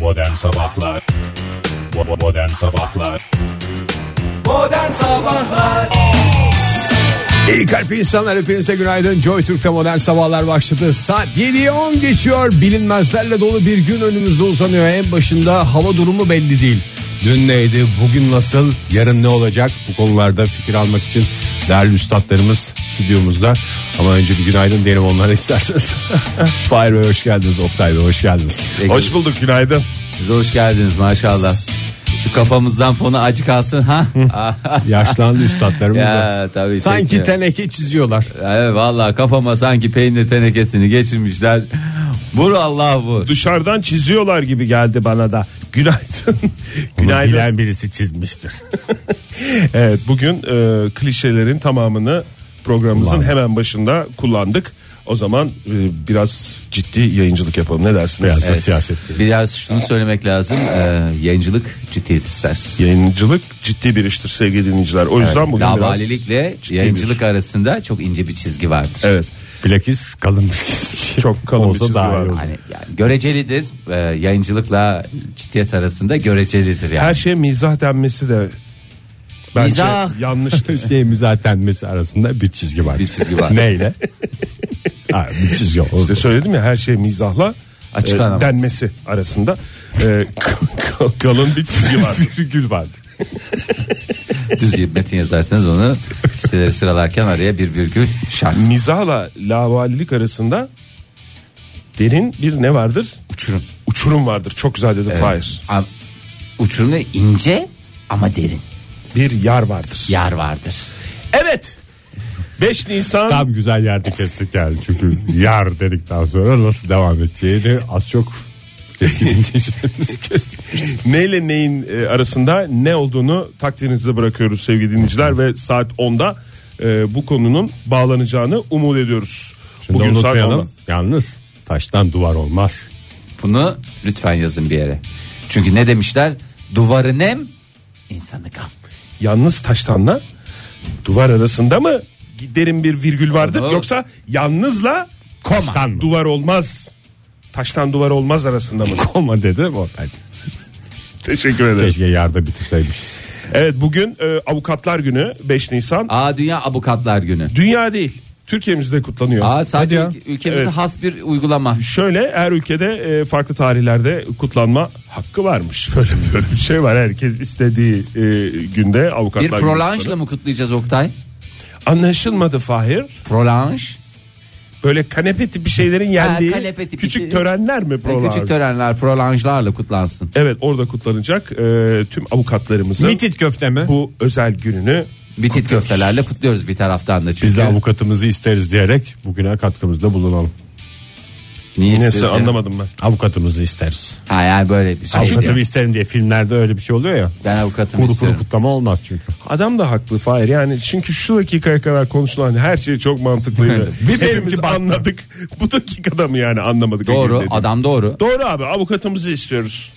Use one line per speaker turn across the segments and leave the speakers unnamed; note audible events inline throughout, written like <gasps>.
Modern Sabahlar Bo- Modern Sabahlar
Modern Sabahlar
İyi kalp insanlar hepinize günaydın. Joy Türk'te modern sabahlar başladı. Saat 7'ye 10 geçiyor. Bilinmezlerle dolu bir gün önümüzde uzanıyor. En başında hava durumu belli değil. Dün neydi, bugün nasıl, yarın ne olacak? Bu konularda fikir almak için değerli üstadlarımız stüdyomuzda. Ama önce bir günaydın diyelim onlara isterseniz. <laughs> Fahir Bey hoş geldiniz, Oktay Bey hoş geldiniz.
Hoş bulduk günaydın.
Size hoş geldiniz maşallah Şu kafamızdan fonu acı kalsın ha Ah,
Yaşlandı üstadlarımız da.
Ya tabii
Sanki
çekiyor.
teneke çiziyorlar.
Evet valla kafama sanki peynir tenekesini geçirmişler Vur Allah vur
Dışarıdan çiziyorlar gibi geldi bana da. Günaydın. günaydın. Bilen birisi çizmiştir. evet bugün e, klişelerin tamamını programımızın hemen başında kullandık. O zaman e, biraz ciddi yayıncılık yapalım. Ne dersiniz?
Biraz da siyaset.
Biraz şunu söylemek lazım ee, Yayıncılık ciddiyet ister
Yayıncılık ciddi bir iştir sevgili dinleyiciler. O yüzden bugün biraz
Davalilikle
ciddi bir-
yayıncılık arasında çok ince bir çizgi vardır
Evet.
Bilakis kalın bir çizgi.
Çok kalın bir
Olsa
çizgi
daha iyi
var.
olur.
Hani yani görecelidir Ee, yayıncılıkla ciddiyet arasında görecelidir yani.
Her şeye mizah denmesi de bence
Mizah.
<laughs>
yanlıştır.
şeyimiz zaten mesela arasında bir çizgi var.
Bir çizgi var.
Neyle? ha, bir çizgi oldu.
İşte söyledim ya her şey mizahla
Açıklanamaz.
e, denmesi arasında e, <laughs> kal- kalın bir çizgi var.
virgül var.
Düz bir metin yazarsanız onu siteleri sıralarken araya bir virgül
<laughs>
şart
Mizahla lavallik arasında derin bir ne vardır?
uçurum.
Uçurum vardır. Çok güzel dedi Fahir.
A- Uçurumu ince ama derin
Bir yar vardır.
yar vardır.
Evet. 5 Nisan
Tam güzel yerde kestik yani. Çünkü yar dedikten sonra nasıl devam edeceğini az çok eski dinleyicilerimiz kesti.
neyle neyin e, arasında ne olduğunu takdirinizde bırakıyoruz sevgili dinleyiciler ve saat 10'da e, bu konunun bağlanacağını umut ediyoruz.
Şimdi
Bugün saat
unutmayalım.
10'da.
Yalnız taştan duvar olmaz.
Bunu lütfen yazın bir yere. Çünkü ne demişler? Duvarı nem insanı gam.
yalnız taştanla duvar arasında mı derin bir virgül vardır
Doğru.
yoksa yalnızla
Koma.
Taştan mı?
duvar olmaz. Taştan duvar olmaz arasında
<laughs>
mı?
Koma dedi. O, Hadi.
Teşekkür ederim.
Keşke yarda bitirseymişiz.
Evet bugün e, avukatlar günü 5 Nisan.
Aa dünya avukatlar günü.
Dünya değil Türkiye'mizde kutlanıyor.
Aa
Hadi
sadece
ya.
ülke- ülkemize
Evet.
has bir uygulama.
Şöyle her ülkede e, farklı tarihlerde kutlanma hakkı varmış. <laughs> Böyle böyle bir şey var. Herkes istediği e, günde avukatlar
Bir
günü
prolanjla
kutlanıyor.
mı kutlayacağız Oktay?
Anlaşılmadı Fahir.
Prolanj.
Böyle kanepe tipi şeylerin yendiği
kanepe tipi
küçük
şey.
törenler mi? prolar?
Küçük törenler prolanjlarla kutlansın.
Evet orada kutlanacak e, tüm avukatlarımızın
Mitit köfte mi?
bu özel gününü
Bitit köftelerle kutluyoruz bir taraftan da çünkü.
Biz de avukatımızı isteriz diyerek bugüne katkımızda bulunalım.
Niye
neyse
istiyorsun?
anlamadım ben.
Avukatımızı isteriz.
Ha yani böyle bir şey.
Avukatımı isterim diye filmlerde öyle bir şey oluyor ya.
Ben avukatımı
Kuru kuru
istiyorum.
kutlama olmaz çünkü.
Adam da haklı Fahir yani çünkü şu dakikaya kadar konuşulan her şey çok mantıklıydı. Biz hepimiz anladık. <laughs> Bu dakikada mı yani anlamadık?
Doğru
Dedi.
adam doğru.
Doğru abi avukatımızı istiyoruz.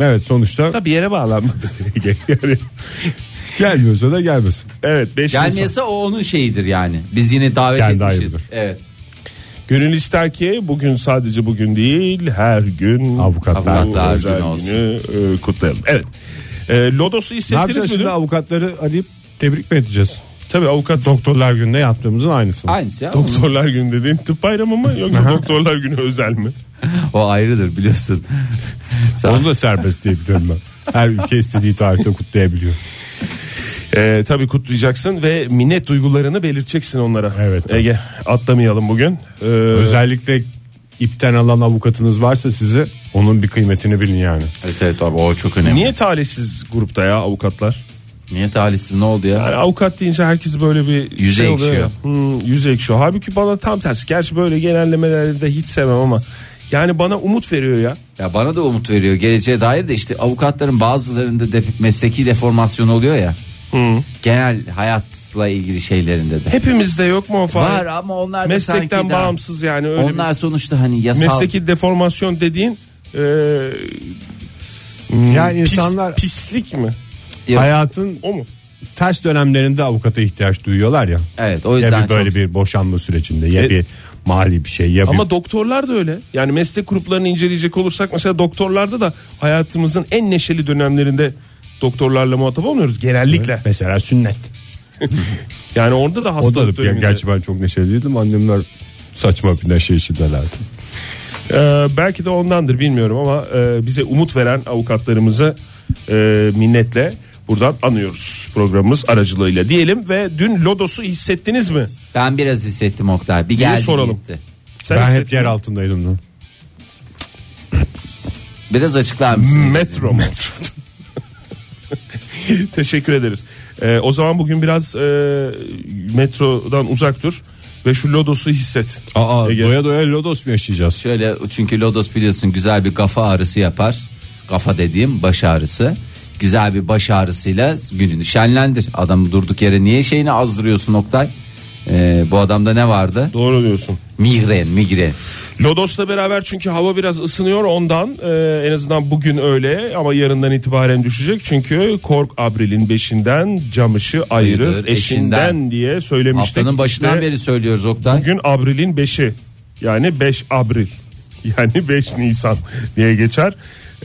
Evet sonuçta
Da bir yere <laughs> bağlanmadı. yani,
gelmiyorsa da gelmesin.
evet 5 Nisan.
Gelmiyorsa o onun şeyidir yani. Biz yine davet
Kendi
etmişiz.
ayıbıdır.
Evet.
Gönül ister ki bugün sadece bugün değil her gün
Avukatlar.
bu
Avukatlar
özel
günü olsun.
günü e, kutlayalım. Evet. E,
Ne
Lodos'u
yapacağız
hissettiniz mi?
şimdi
dün?
avukatları arayıp tebrik mi edeceğiz?
Tabii avukat
Doktorlar gününde yaptığımızın aynısını.
Aynısı ya. onun-
Doktorlar günü dediğin tıp bayramı mı yoksa doktorlar günü özel mi?
O ayrıdır biliyorsun. Sen-
Onu da serbest diye biliyorum ben. Her ülke istediği tarihte kutlayabiliyor.
Ee, tabii kutlayacaksın ve minnet duygularını belirteceksin onlara.
Evet.
Ege atlamayalım bugün. Ee,
Özellikle ipten alan avukatınız varsa size onun bir kıymetini bilin yani.
Evet evet abi o çok önemli. Niye?
Niye talihsiz grupta ya avukatlar?
Niye talihsiz ne oldu ya?
Yani avukat deyince herkes böyle bir
Yüzü
şey oluyor.
ekşiyor.
Hmm, yüzü ekşiyor. Halbuki bana tam tersi. Gerçi böyle genellemeleri de hiç sevmem ama. Yani bana umut veriyor ya.
Ya bana da umut veriyor geleceğe dair de işte avukatların bazılarında de mesleki deformasyon oluyor ya. Genel hayatla ilgili şeylerinde de.
Hepimizde yok mu o Fahir?
Var ama onlar da sanki
Meslekten
daha-
bağımsız yani. Öyle
Onlar sonuçta hani
bir
yasal
mesleki deformasyon dediğin e,
Yani
pis-
insanlar
pislik mi?
Yok.
hayatın
O mu?
ters dönemlerinde avukata ihtiyaç duyuyorlar ya.
Evet, o
Ya
yüzden
bir böyle
çok-
bir boşanma sürecinde ya
E-
bir
mali bir şey ya bir-
Ama doktorlar da öyle. Yani meslek gruplarını inceleyecek olursak mesela doktorlarda da hayatımızın en neşeli dönemlerinde doktorlarla muhatap olmuyoruz genellikle.
mesela sünnet.
Yani orada da
O da
hastalık
ya,
döneminde.
gerçi ben çok neşeliydim annemler saçma bir neşe içindelerdi.
Ee, belki de ondandır bilmiyorum ama e, bize umut veren avukatlarımızı e, minnetle buradan anıyoruz programımız aracılığıyla diyelim ve dün Lodos'u hissettiniz mi?
Ben biraz hissettim Oktay. Bir geldi
soralım.
gitti.
Sen
ben hep
hissettin
yer
mi?
altındaydım lan.
Biraz açıklar
Hmm.
mısın?
Metro. <laughs> Teşekkür ederiz. Ee, o zaman bugün biraz e, metrodan uzak dur ve şu lodosu hisset.
Aa
Ege.
doya doya lodos mu yaşayacağız?
Şöyle çünkü lodos biliyorsun güzel bir kafa ağrısı yapar. Kafa dediğim baş ağrısı. Güzel bir baş ağrısıyla gününü şenlendir. Adam durduk yere niye şeyini azdırıyorsun Oktay? Ee, bu adamda ne vardı?
Doğru diyorsun.
Migren, migren.
Lodos'la beraber çünkü hava biraz ısınıyor ondan e, en azından bugün öyle ama yarından itibaren düşecek çünkü Kork Abril'in 5'inden camışı ayırır
Ayırır,
eşinden,
eşinden.
diye söylemiştik.
Haftanın başından
İşte
beri söylüyoruz Oktay.
Bugün Abril'in 5'i yani 5 Abril <laughs> yani 5 Nisan diye geçer.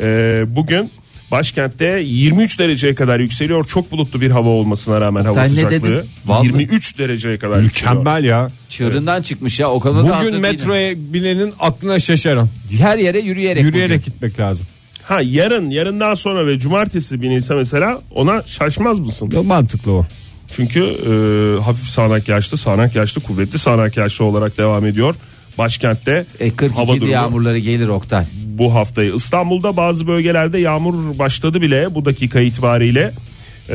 E, bugün başkentte 23 dereceye kadar yükseliyor çok bulutlu bir hava olmasına rağmen hava
Oktay ne
sıcaklığı
dedin? Vallahi.
23 dereceye kadar yükseliyor.
Mükemmel ya.
Çığırından çıkmış ya o kadar da
Bugün
hazır değilim.
metroya binenin aklına şaşarım.
her yere yürüyerek.
Yürüyerek
bugün.
gitmek lazım.
Ha yarın yarından sonra ve cumartesi binilse mesela ona şaşmaz mısın?
Ya Mantıklı o.
Çünkü e, hafif sağanak yağışlı, sağanak yağışlı, kuvvetli sağanak yağışlı olarak devam ediyor. Başkentte
E
hava
42
durumu
yağmurları gelir Oktay.
bu haftayı. İstanbul'da bazı bölgelerde yağmur başladı bile bu dakika itibariyle. E,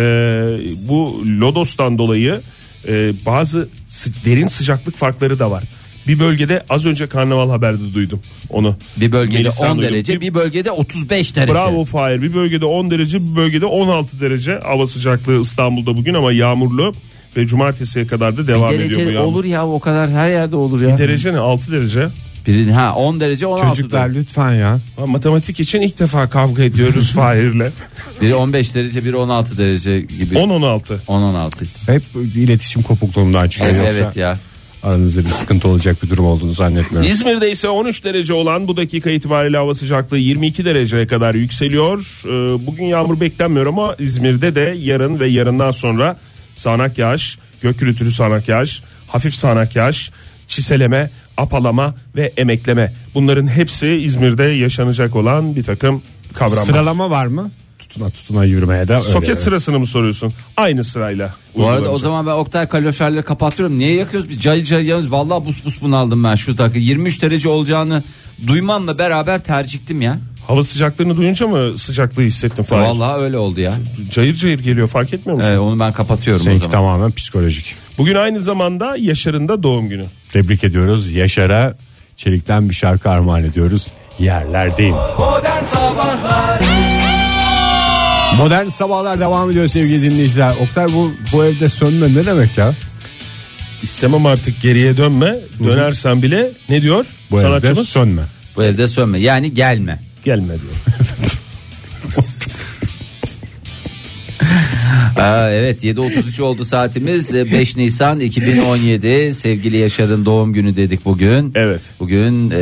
bu Lodos'tan dolayı e, bazı sı- derin sıcaklık farkları da var. Bir bölgede az önce karnaval haberde duydum onu.
Bir bölgede
Melisa'dan
10
duydum.
derece,
Bir-
bir bölgede 35 derece.
Bravo Fahir. Bir bölgede 10 derece bir bölgede 16 derece hava sıcaklığı İstanbul'da bugün ama yağmurlu ve cumartesiye kadar da
Bir
devam ediyor bu
derece
yağmur.
olur ya o kadar her yerde olur ya.
Derece ne? 6 derece.
Birin- ha 10 derece 16
Çocuklar
derece.
lütfen ya.
Ha, matematik için ilk defa kavga <laughs> ediyoruz Fahir'le.
Biri 15 derece, biri 16 derece gibi.
10-16.
10 16.
Hep iletişim kopukluğundan
E,
çıkıyor.
Evet,
Yoksa
ya.
aranızda bir sıkıntı olacak bir durum olduğunu zannetmiyorum.
İzmir'de ise 13 derece olan bu dakika itibariyle hava sıcaklığı 22 dereceye kadar yükseliyor. Ee, Bugün yağmur beklenmiyor ama İzmir'de de yarın ve yarından sonra sağanak yağış, gök gürültülü sağanak yağış, hafif sağanak yağış, çiseleme, apalama ve emekleme. Bunların hepsi İzmir'de yaşanacak olan bir takım kavramlar.
Sıralama var mı? Tutuna tutuna yürümeye de öyle.
Soket sırasını mı soruyorsun? Aynı sırayla.
Bu arada o
uygulanacak.
zaman ben Oktay kaloriferleri kapatıyorum. Niye yakıyoruz biz? Cayır cayır yanıyoruz. Vallahi bus bus bunu aldım ben şu dakika. 23 derece olacağını duymamla beraber terciktim ya.
Hava sıcaklığını duyunca mı sıcaklığı hissettin Fahir?
Vallahi öyle oldu ya.
Cayır cayır geliyor fark etmiyor musun?
Evet, onu ben kapatıyorum
şey,
o
Seninki
zaman.
tamamen psikolojik.
Bugün aynı zamanda Yaşar'ın da doğum günü.
Tebrik ediyoruz. Yaşar'a çelikten bir şarkı armağan ediyoruz. Yerlerdeyim. Modern sabahlar devam ediyor sevgili dinleyiciler. Oktay bu, bu evde sönme ne demek ya?
İstemem artık geriye dönme. Dönersen bile ne diyor
Bu evde
sanatçımız?
sönme.
Bu evde sönme. Yani gelme.
Gelme
<laughs>
diyor.
Aa, evet 7.33 oldu saatimiz. Ee, 5 Nisan 2017 sevgili Yaşar'ın doğum günü dedik bugün.
Evet.
Bugün e,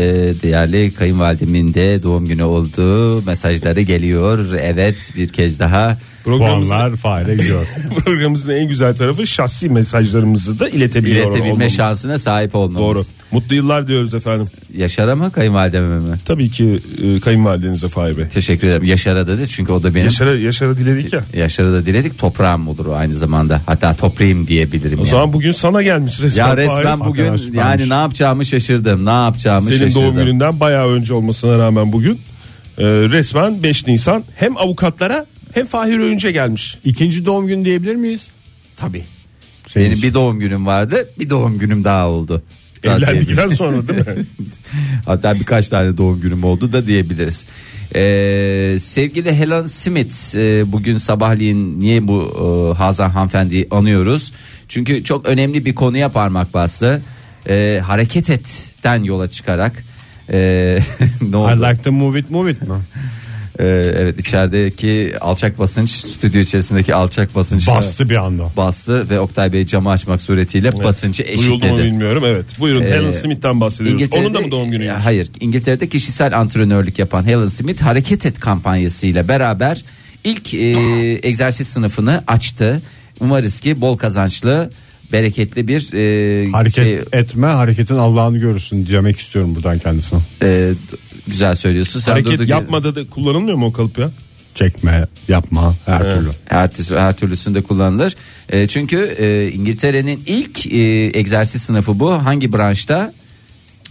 değerli kayınvalidemin de doğum günü oldu. Mesajları geliyor. Evet bir kez daha.
Programımızın,
Puanlar fare gidiyor.
programımızın en güzel tarafı şahsi mesajlarımızı da iletebiliyor
İletebilme
olmamız.
şansına sahip olmamız.
Doğru. Mutlu yıllar diyoruz efendim.
Yaşar'a mı kayınvalideme mi?
Tabii ki e, kayınvalidenize Fahir Bey.
Teşekkür ederim. Yaşar'a dedi çünkü o da benim.
Yaşar'a, Yaşar'a diledik ya.
Yaşar'a da diledik toprağım olur o aynı zamanda. Hatta toprağım diyebilirim.
O
yani.
zaman bugün sana gelmiş resmen.
Ya
Fahir.
resmen bugün
Arkadaş, varmış.
yani ne yapacağımı şaşırdım. Ne yapacağımı
Senin
şaşırdım.
doğum gününden bayağı önce olmasına rağmen bugün e, resmen 5 Nisan hem avukatlara hem Fahir Öğünç'e gelmiş.
İkinci doğum günü diyebilir miyiz?
Tabii. Benim bir doğum günüm vardı. Bir doğum günüm daha oldu. Daha diyebiliriz.
Evlendikten sonra değil mi?
Hatta birkaç tane doğum günüm oldu da diyebiliriz. Ee, sevgili Helen Smith e, bugün sabahleyin niye bu e, Hazan hanımefendiyi anıyoruz? Çünkü çok önemli bir konuya parmak bastı. Ee, hareket etten yola çıkarak e, <laughs> ne oldu?
I like to move it move it mi?
Ee, evet içerideki alçak basınç stüdyo içerisindeki alçak basınç
Bastı bir anda.
bastı ve Oktay Bey camı açmak suretiyle basıncı
Duyuldu mu
eşitledi.
bilmiyorum evet. Buyurun Helen
Ee,
Smith'ten bahsediyoruz.
İngiltere'de-
Onun da mı doğum günü?
Ya, Hayır. İngiltere'de kişisel antrenörlük yapan Helen Smith hareket et kampanyasıyla beraber
<gasps>
ilk e, egzersiz sınıfını açtı. Umarız ki bol kazançlı bereketli bir e,
Hareket
şey,
etme hareketin Allah'ını görürsün demek istiyorum buradan kendisine.
e, güzel söylüyorsun. Sen
Hareket
durdu-
yapmada da kullanılmıyor mu o kalıp ya?
Çekme yapma her türlü.
her, her türlüsünde kullanılır. E, çünkü e, İngiltere'nin ilk e, egzersiz sınıfı bu. Hangi branşta?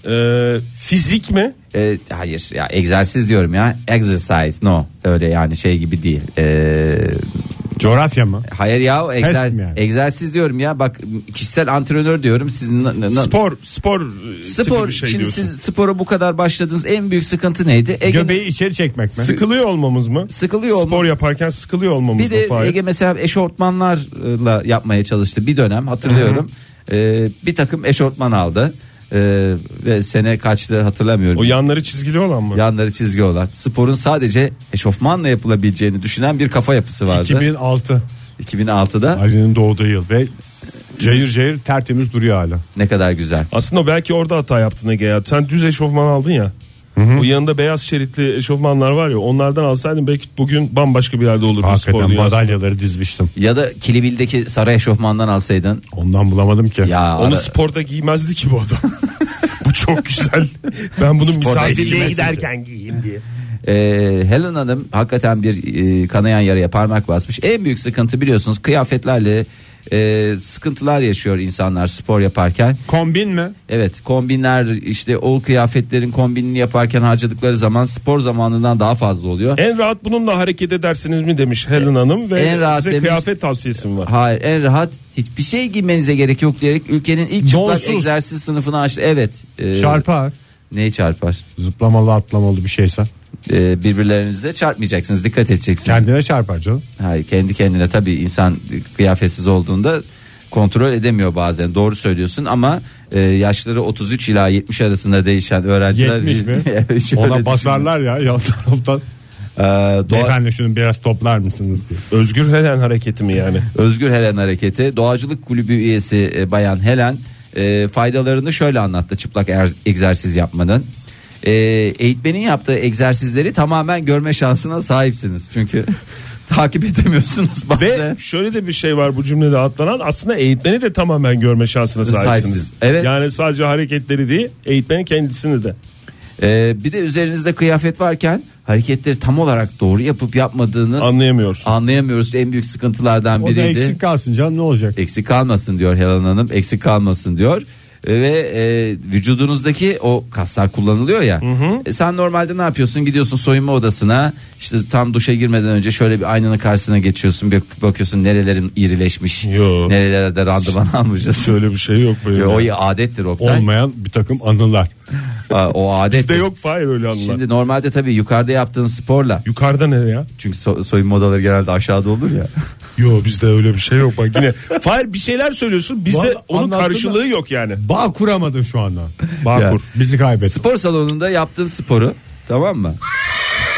Ee, fizik mi?
E, hayır ya egzersiz diyorum ya. Exercise no. Öyle yani şey gibi değil. E,
Coğrafya mı?
Hayır ya o egzer,
Test mi yani?
egzersiz diyorum ya bak kişisel antrenör diyorum sizin na- na-
Spor, spor, e, tipi
spor
bir şey
şimdi
diyorsun.
siz spora bu kadar başladınız en büyük sıkıntı neydi? Ege,
Göbeği içeri çekmek mi?
Sıkılıyor olmamız mı?
Sıkılıyor
Spor
olmam-
yaparken sıkılıyor olmamız
bir
mı?
de
Fahir?
Ege mesela eşortmanlarla yapmaya çalıştı bir dönem hatırlıyorum. Ee, bir takım eşortman aldı. Ee, ve sene kaçtı hatırlamıyorum.
O yanları çizgili olan mı?
Yanları çizgi olan sporun sadece eşofmanla yapılabileceğini düşünen bir kafa yapısı vardı.
2006
2006'da
Ali'nin doğduğu yıl ve cayır cayır tertemiz duruyor hala.
ne kadar güzel.
Aslında belki orada hata yaptın Ege ya. Sen düz eşofman aldın ya. O yanında beyaz şeritli eşofmanlar var ya. Onlardan alsaydın belki bugün bambaşka bir yerde olurdu spor
Hakikaten
dünyası.
madalyaları dizmiştim.
Ya da Kilibil'deki sarı eşofmandan alsaydın.
Ondan bulamadım ki.
Ya
Onu
ara-
sporda giymezdi ki bu adam. <laughs> bu çok güzel. Ben bunu misafirliğe giderken giyeyim diye.
Ee, Helen Hanım hakikaten bir e, kanayan yaraya parmak basmış. En büyük sıkıntı biliyorsunuz kıyafetlerle e, sıkıntılar yaşıyor insanlar spor yaparken.
Kombin mi?
Evet kombinler işte o kıyafetlerin kombinini yaparken harcadıkları zaman spor zamanından daha fazla oluyor.
En rahat bununla hareket edersiniz mi demiş Helen Hanım ve
En rahat
bize
demiş.
kıyafet tavsiyesi mi var?
Hayır en rahat hiçbir şey giymenize gerek yok diyerek ülkenin ilk çıplak
Donsuz.
egzersiz sınıfını açtı. Evet. e,
Çarpar.
Neyi çarpar?
Zıplamalı atlamalı bir şeyse.
E, birbirlerinize çarpmayacaksınız dikkat edeceksiniz.
Kendine çarpar canım.
Hayır kendi kendine tabii insan kıyafetsiz olduğunda kontrol edemiyor bazen doğru söylüyorsun ama e, yaşları 33 ila 70 arasında değişen öğrenciler
70
<laughs>
mi?
Şöyle
Ona
düşün.
basarlar ya yan taraftan.
Ee, doğa-
Beyefendi şunu biraz toplar mısınız diye.
Özgür Helen hareketi mi
<laughs>
yani?
Özgür Helen hareketi doğacılık kulübü üyesi e, bayan Helen e, faydalarını şöyle anlattı çıplak er- egzersiz yapmanın. E, eğitmenin yaptığı egzersizleri tamamen görme şansına sahipsiniz çünkü <laughs> takip edemiyorsunuz bazen.
Ve şöyle de bir şey var bu cümlede atlanan aslında eğitmeni de tamamen görme şansına sahipsiniz.
Sahipsiniz, evet.
Yani sadece hareketleri değil eğitmenin kendisini de.
Ee, bir de üzerinizde kıyafet varken hareketleri tam olarak doğru yapıp yapmadığınız
Anlayamıyorsun.
anlayamıyoruz. En büyük sıkıntılardan
O da
biriydi. E,
eksik
Eksik...
kalsın canım ne olacak?
kalmasın diyor Helen Hanım. Eksik kalmasın diyor. Ve e, vücudunuzdaki o kaslar kullanılıyor ya. E, sen normalde ne yapıyorsun? Gidiyorsun soyunma odasına. işte tam duşa girmeden önce şöyle bir aynanın karşısına geçiyorsun. Bir bakıyorsun nerelerim irileşmiş.
Yo.
Nerelerde randıman almışız.
Şöyle bir şey yok böyle.
Ve o adettir Oktay.
Olmayan bir takım anılar.
Aa, O adettir.
Bizde yok Fahir öyle anlar.
Şimdi normalde tabii yukarıda yaptığın sporla
Yukarıda ne ya?
Çünkü so- soyunma odaları genelde aşağıda olur
<laughs>
ya.
Yo bizde öyle bir şey yok bak yine. Fahir bir şeyler söylüyorsun bizde
Vallahi
onun
anlattın
karşılığı yok yani.
<laughs> Bağ kuramadın şu anda.
Bağ
Kur.
kur.
Bizi kaybettin.
Spor salonunda yaptığın sporu tamam mı?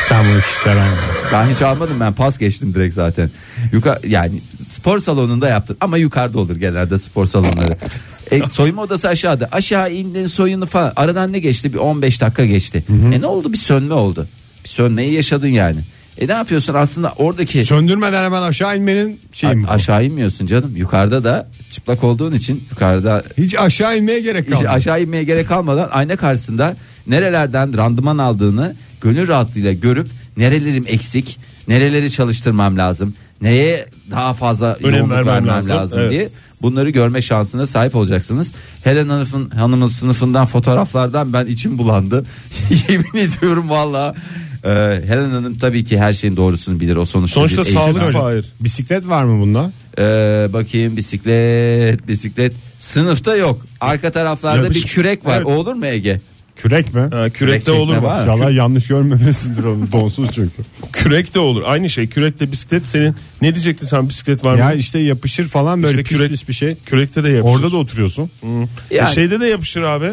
Sen bunu kişisel
<laughs>
anla.
Ben hiç almadım ben pas geçtim direkt zaten. Yuka yani spor salonunda yaptın ama yukarıda olur genelde spor salonları.
<laughs>
E, soyunma odası aşağıda. Aşağı indin soyunu falan. Aradan ne geçti? Bir 15 dakika geçti. E ne oldu? Bir sönme oldu. Bir sönmeyi yaşadın yani. E ne yapıyorsun aslında oradaki
Söndürmeden hemen aşağı inmenin şeyi şey mi? bu?
A- aşağı inmiyorsun canım. Yukarıda da çıplak olduğun için yukarıda
Hiç aşağı inmeye gerek
Hiç
kalmadı.
aşağı inmeye gerek kalmadan ayna karşısında nerelerden randıman aldığını gönül rahatlığıyla görüp nerelerim eksik, nereleri çalıştırmam lazım, neye daha fazla
Önem
yoğunluk
vermem
vermem lazım,
lazım, evet.
diye bunları görme şansına sahip olacaksınız. Helen Hanım'ın hanımın sınıfından fotoğraflardan ben içim bulandı. <laughs> Yemin ediyorum valla. Ee, Helen Hanım tabii ki her şeyin doğrusunu bilir. O sonuçta,
Sonuçta
bir eğitim
sağlık
öğretmeni.
Fahir.
Bisiklet var mı bunda?
Ee, bakayım bisiklet bisiklet sınıfta yok. Arka taraflarda
Ya
bir
biz-
kürek var.
Evet.
O olur mu Ege?
Kürek mi?
Ha,
Kürek
kürekte
çekme
olur mu?
var.
İnşallah yanlış görmemesindir <laughs> onu. Donsuz çünkü.
Kürek de olur. Aynı şey kürekle bisiklet senin ne diyecektin sen bisiklet var mı?
Ya işte yapışır falan böyle
İşte
pis
kürek-
pis bir şey.
Kürekte de yapışır. şey-
Orada da oturuyorsun.
E, şeyde de yapışır abi.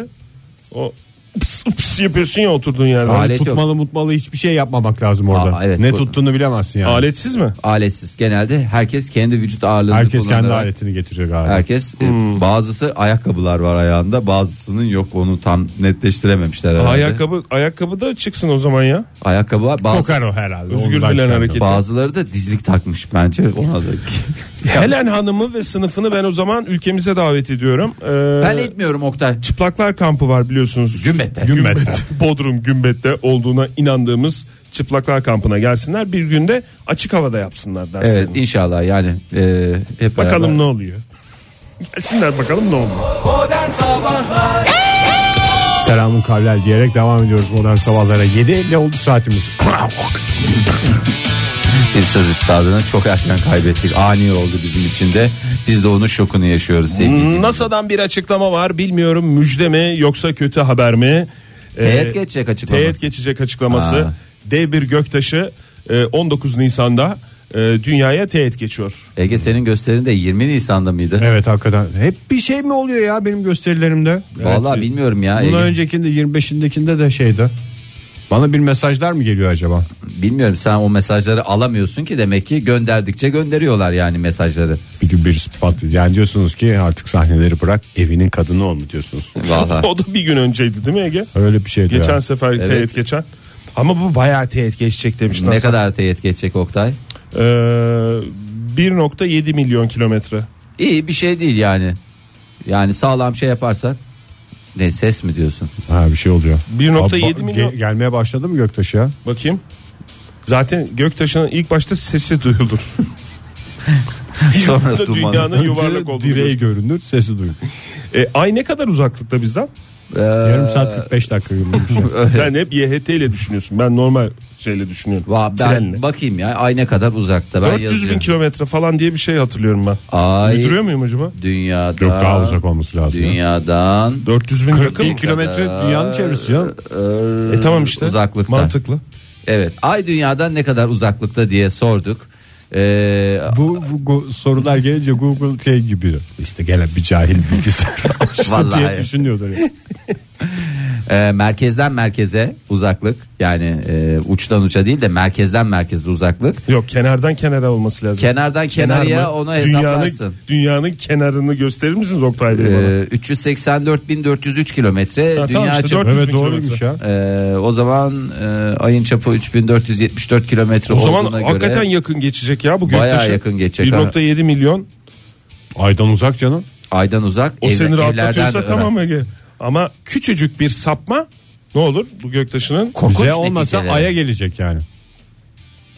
O ups ups yapıyorsun ya oturduğun yerde.
Alet yok.
tutmalı mutmalı hiçbir şey yapmamak lazım orada.
Aa, evet,
ne
bu-
tuttuğunu bilemezsin yani.
Aletsiz mi?
Aletsiz genelde herkes kendi vücut ağırlığını
Herkes kendi
kullanarak-
aletini getirecek galiba.
Herkes e, bazısı ayakkabılar var ayağında bazısının yok onu tam netleştirememişler herhalde.
Ayakkabı ayakkabı da çıksın o zaman ya.
Ayakkabı var bazı,
Kokar o herhalde.
Özgür
Ondan
bilen
çıkardım.
hareket.
bazıları da dizlik takmış bence ona da.
Helen Hanım'ı ve sınıfını ben o zaman ülkemize davet ediyorum. Ee,
ben etmiyorum Oktay.
Çıplaklar kampı var biliyorsunuz.
Gümbet'te.
Gümbet. <laughs> Bodrum Gümbet'te olduğuna inandığımız çıplaklar kampına gelsinler. Bir günde açık havada yapsınlar derslerini.
Evet inşallah yani e, hep beraber.
bakalım ne oluyor. <laughs> Gelsinler bakalım ne oluyor.
Selamun kavlel diyerek devam ediyoruz modern sabahlara. 7.50 oldu saatimiz.
Biz söz üstadını çok erken kaybettik. Ani oldu bizim için de. Biz de onun şokunu yaşıyoruz sevgili.
Hmm.
dinleyiciler.
NASA'dan bir açıklama var. Bilmiyorum müjde mi yoksa kötü haber mi? Ee,
Teğet geçecek açıklaması.
Teğet geçecek açıklaması.
Aa.
Dev bir göktaşı e, 19 Nisan'da e, dünyaya teğet geçiyor.
Ege senin gösterin de 20 Nisan'da mıydı?
evet hakikaten. Hep bir şey mi oluyor ya benim gösterilerimde?
Vallahi bilmiyorum ya.
Bundan
Ege.
öncekinde 25'indekinde de şeydi. Bana bir mesajlar mı geliyor acaba?
Bilmiyorum sen o mesajları alamıyorsun ki demek ki gönderdikçe gönderiyorlar yani mesajları.
Bir gün birisi patladı. Yani diyorsunuz ki artık sahneleri bırak evinin kadını ol mu diyorsunuz?
Vallahi.
<laughs> O da bir gün önceydi değil mi Ege?
Öyle bir şeydi
Geçen
ya.
sefer
Evet.
teğet geçen. Ama bu bayağı teğet geçecek demiş
ne
NASA.
kadar teğet geçecek Oktay?
Ee, 1.7 milyon kilometre.
İyi bir şey değil yani. Yani sağlam şey yaparsak. Ne ses mi diyorsun?
Ha bir şey oluyor.
1.7
Ba-
milyon.
ge- gelmeye başladı mı Göktaş ya?
Bakayım. Zaten göktaşının ilk başta sesi duyulur. İlk
<laughs> Sonra
başta
dumanı.
dünyanın
Önce
<laughs> yuvarlak olduğunu
direği
gösteriyor.
görünür sesi duyulur.
E, ay ne kadar uzaklıkta bizden?
Yarım saat 45 dakika şey. yürümüş.
Ben hep YHT ile düşünüyorsun. Ben normal şeyle düşünüyorum.
Va, ben
Trenle.
bakayım ya ay ne kadar uzakta. Ben
400 bin
yazıyorum.
kilometre falan diye bir şey hatırlıyorum ben.
Ay
Uyduruyor muyum acaba?
dünyada.
Yok daha uzak olması lazım. ya.
Dünyadan
400 bin yakın mı?
kilometre dünyanın çevresi canım.
E tamam işte.
uzaklıkta.
Mantıklı.
Evet ay dünyadan ne kadar uzaklıkta diye sorduk. Ee,
Bu, bu go- sorular gelince Google şey gibi işte gelen bir cahil bilgisayar açtı
Vallahi.
diye düşünüyordur. ya.
e, merkezden merkeze uzaklık yani e, uçtan uça değil de merkezden merkeze uzaklık.
Yok kenardan kenara olması lazım.
Kenardan
Kenar
kenarıya
mı?
onu
dünyanın,
hesaplarsın. dünyanın
dünyanın kenarını gösterir misiniz Oktay Bey bana?
Ee, 384.403 kilometre
Ha, tamam
dünya
işte,
çapı.
dört-
Evet
bin
doğruymuş
kilometre.
ya.
Ee, o zaman e, ayın çapı 3474 kilometre
O
olduğuna
zaman
göre
hakikaten yakın geçecek ya bu
Bayağı
göktaşı.
yakın geçecek.
1.7 milyon.
Aydan uzak canım.
aydan uzak
O
ev-
seni
evlerden
rahatlatıyorsa
uzak.
tamam Ege. Ama küçücük bir sapma ne olur bu göktaşının
Korkunç
Bize olmasa
neticeleri.
Ay'a gelecek yani.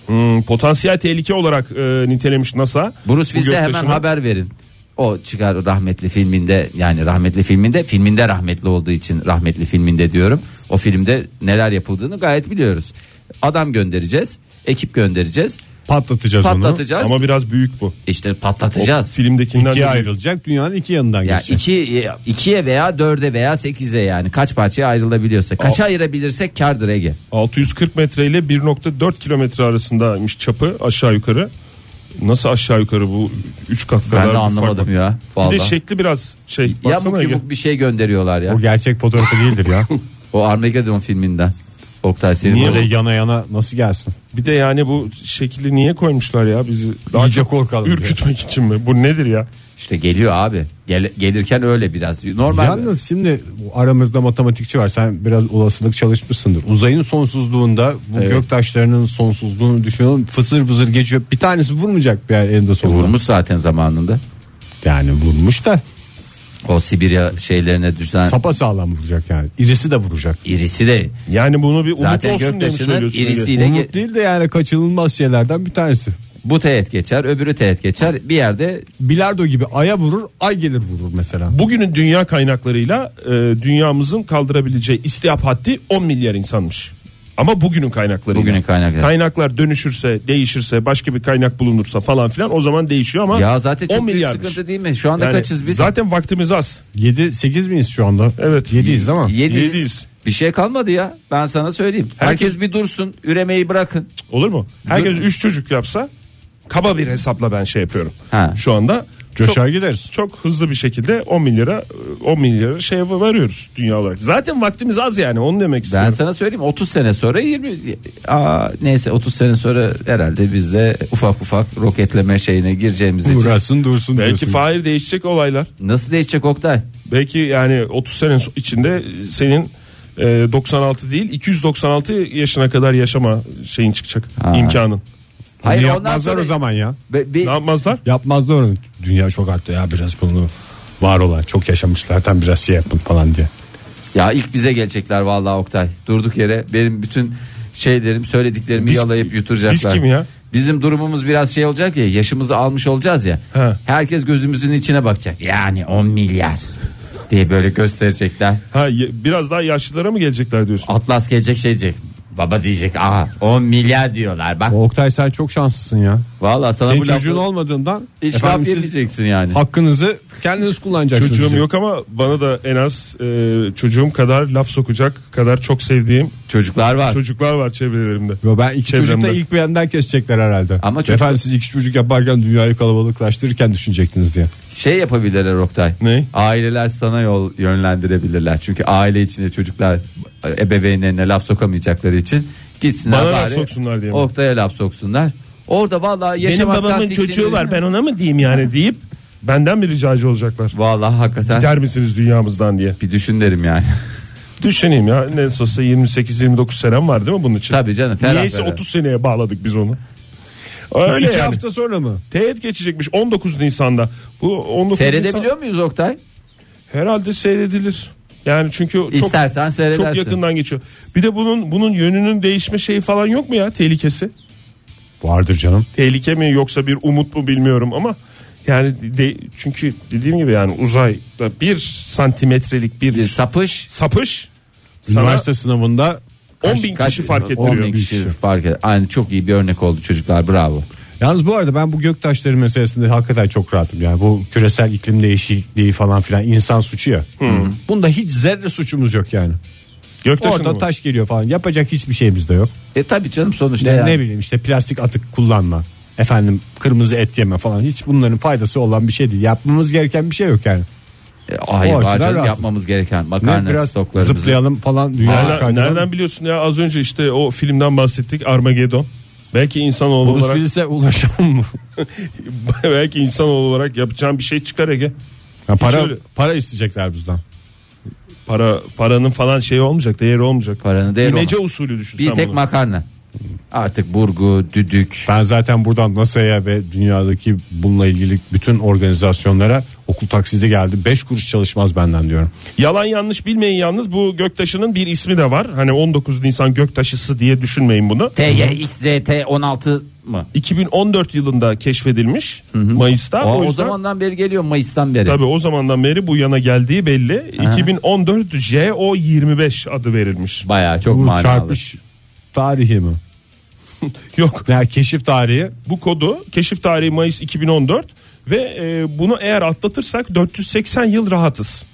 Hmm, potansiyel tehlike olarak e, nitelemiş NASA.
Bruce
Bu
Willis'e hemen
göktaşını-
haber verin. O çıkar rahmetli filminde yani rahmetli filminde filminde rahmetli olduğu için rahmetli filminde diyorum. O filmde neler yapıldığını gayet biliyoruz. Adam göndereceğiz, ekip göndereceğiz,
Patlatacağız,
patlatacağız.
Ama biraz büyük bu.
İşte patlatacağız.
onu.
Filmdekinden
İkiye
de-
ayrılacak dünyanın iki yanından
Ya
geçecek.
iki, e, ikiye veya dörde veya sekize yani kaç parçaya ayrılabiliyorsa kaça ayırabilirsek kardır Ege.
640 metre ile 1.4 kilometre arasındaymış çapı aşağı yukarı. Nasıl aşağı yukarı bu 3 kat kadar
Ben de
bir fark
anlamadım
var.
ya.
Bir de
Vallahi.
şekli biraz şey. Baksana
Yamuk
Ege.
yumuk bir şey gönderiyorlar ya.
O gerçek fotoğrafı değildir
<laughs>
ya.
O Armageddon filminden. Oktay senin
Niye
böyle-
böyle yana yana nasıl gelsin?
Bir de yani bu şekli niye koymuşlar ya bizi?
İyice
çok
korkalım
Ürkütmek için mi? Bu nedir ya?
İşte geliyor abi. Gel- gelirken öyle biraz. Normal.
Yalnız şimdi aramızda matematikçi var. Sen biraz olasılık çalışmışsındır. Uzayın sonsuzluğunda bu
Evet.
göktaşlarının sonsuzluğunu düşünelim. Fısır fısır geçiyor. Bir tanesi vurmayacak bir yer eninde sonunda.
Vurmuş zaten zamanında.
Yani vurmuş da
O Sibirya şeylerine düzen
sapa sağlam vuracak yani. İrisi de vuracak.
irisi de
Yani bunu bir umut
Zaten
olsun diye mi
göktaşının
söylüyorsun? Ege?
irisiyle- Bir de ge-
Umut değil de yani kaçınılmaz şeylerden bir tanesi.
bu teğet geçer, öbürü teğet geçer. Bir yerde
Bilardo gibi aya vurur, ay gelir vurur mesela.
Bugünün dünya kaynaklarıyla e, dünyamızın kaldırabileceği istihap haddi 10 milyar insanmış. Ama bugünün kaynaklarıyla.
Bugünün kaynakları.
Kaynaklar dönüşürse, değişirse, başka bir kaynak bulunursa falan filan o zaman değişiyor ama
ya zaten
10
çok büyük
milyarmış.
sıkıntı değil mi? Şu anda
Yani
kaçız biz?
Zaten vaktimiz az.
7 8 miyiz şu anda?
Evet.
7'yiz değil mi?
Yediyiz.
yediyiz.
Bir şey kalmadı ya. Ben sana söyleyeyim. Herkes, bir dursun, üremeyi bırakın.
Olur mu? Herkes 3 çocuk yapsa kaba bir hesapla ben şey yapıyorum.
Ha.
Şu anda
Coşar gideriz.
Çok hızlı bir şekilde 10 milyara 10 milyara şey veriyoruz dünya olarak. Zaten vaktimiz az yani onu demek
Ben
istiyorum.
sana söyleyeyim 30 sene sonra 20 aa neyse 30 sene sonra herhalde biz de ufak ufak roketleme şeyine gireceğimiz için.
Uğraşsın dursun
Belki
diyorsun.
Fahir değişecek olaylar.
Nasıl değişecek Oktay?
Belki yani 30 sene içinde senin e, 96 değil 296 yaşına kadar yaşama şeyin çıkacak imkanın.
Bunu
Hayır ondan
yapmazlar
sonra
o zaman ya.
Be- be-
Ne yapmazlar?
Yapmazlar onu. Dünya çok arttı ya biraz bunu var olan çok yaşamışlardan biraz şey yapın falan diye.
ya ilk bize gelecekler vallahi Oktay. Durduk yere benim bütün şeylerim söylediklerimi
Biz-
yalayıp yuturacaklar.
biz kim ya?
Bizim durumumuz biraz şey olacak ya yaşımızı almış olacağız ya.
He.
Herkes gözümüzün içine bakacak. Yani 10 milyar diye böyle gösterecekler.
Ha ye- biraz daha yaşlılara mı gelecekler diyorsun?
Atlas gelecek şey diyecek. Baba diyecek aha 10 milyar diyorlar bak.
Oktay sen çok şanslısın ya.
Vallahi sana
Senin
bu lafı-
çocuğun olmadığından
Hiç
efendim
laf
siz
yemeyeceksin yani.
hakkınızı kendiniz kullanacaksınız.
Çocuğum yok ama bana da en az e, çocuğum kadar laf sokacak kadar çok sevdiğim
Çocuklar var.
çocuklar var çevrelerimde.
Yo, ben iki
Çevremde.
çocukla ilk bir yandan kesecekler herhalde.
Ama çocuk-
Efendim siz iki çocuk yaparken dünyayı kalabalıklaştırırken düşünecektiniz diye.
Şey yapabilirler Oktay.
Ne?
Aileler sana yol yönlendirebilirler. Çünkü aile içinde çocuklar e, ebeveynlerine laf sokamayacakları için gitsinler
Bana
bari.
laf soksunlar diye mi?
Oktay'a laf soksunlar. Orada vallahi
Benim
yaşamaktan
babamın
tiksinir-
çocuğu var ben ona mı diyeyim yani deyip benden bir ricacı olacaklar.
Vallahi hakikaten
Der misiniz dünyamızdan diye.
bir düşün derim yani.
Düşüneyim ya ne olsa 28-29 senem var değil mi bunun için?
Tabii canım, ferah
Niyeyse
ferah.
30 seneye bağladık biz onu. Öyle
iki
yani.
hafta sonra mı?
Teğet geçecekmiş 19 Nisan'da. Bu 19 Nisan,
Seyredebiliyor muyuz Oktay?
herhalde seyredilir. Yani çünkü çok,
İstersen seyredersin.
çok yakından geçiyor. Bir de bunun bunun yönünün değişme şeyi falan yok mu ya tehlikesi?
Vardır canım.
Tehlike mi yoksa bir umut mu bilmiyorum ama yani de, çünkü dediğim gibi yani uzayda bir santimetrelik bir,
Bir sapış.
sapış sana
Üniversite sınavında
10 bin
Kaç-
kişi fark
10
ettiriyor.
bin kişi
kişi.
fark eder. Aynı çok iyi bir örnek oldu çocuklar bravo.
Yalnız bu arada ben bu göktaşları meselesinde hakikaten çok rahatım yani bu küresel iklim değişikliği falan filan insan suçu ya. Bunda hiç zerre suçumuz yok yani.
Göktaş'ın
Orada
mı?
taş geliyor falan yapacak hiçbir şeyimiz de yok.
E tabii canım sonuçta
Ne,
yani. e,
ne bileyim işte plastik atık kullanma efendim kırmızı et yeme falan hiç bunların faydası olan bir şey değil. Yapmamız gereken bir şey yok yani.
E, hayır
O
var
açıdan
canım,
rahatsız.
yapmamız gereken
Ne,
makarna
biraz
stoklarımızı.
zıplayalım falan dünya
Nereden, nereden biliyorsun ya az önce işte o filmden bahsettik Armageddon. Belki insanoğlu
Bruce
olarak
Willis'e ulaşamam mı?
<laughs> belki insanoğlu olarak yapacağım bir şey çıkar Ege.
Ya para
öyle-
para isteyecekler bizden.
Para paranın falan şeyi olmayacak, değeri olmayacak.
Paranın değeri
İmece usulü düşün
Bir
sen
tek
bunu.
makarna. Artık burgu, düdük.
Ben zaten buradan NASA'ya ve dünyadaki bununla ilgili bütün organizasyonlara okul taksidi geldi. 5 kuruş çalışmaz benden diyorum.
Yalan yanlış bilmeyin yalnız bu göktaşının bir ismi de var. Hani 19 Nisan göktaşısı diye düşünmeyin bunu.
TYXZT 16 mı?
2014 yılında keşfedilmiş Mayıs'ta.
Aa,
o,
o,
yüzden,
zamandan beri geliyor Mayıs'tan beri.
tabii o zamandan beri bu yana geldiği belli. 2014 JO25 adı verilmiş.
Bayağı çok
Bu
manalı.
çarpış tarihi <laughs> mi?
Yok
Yani keşif tarihi
bu kodu keşif tarihi Mayıs 2014 ve e, bunu eğer atlatırsak 480 yıl rahatız.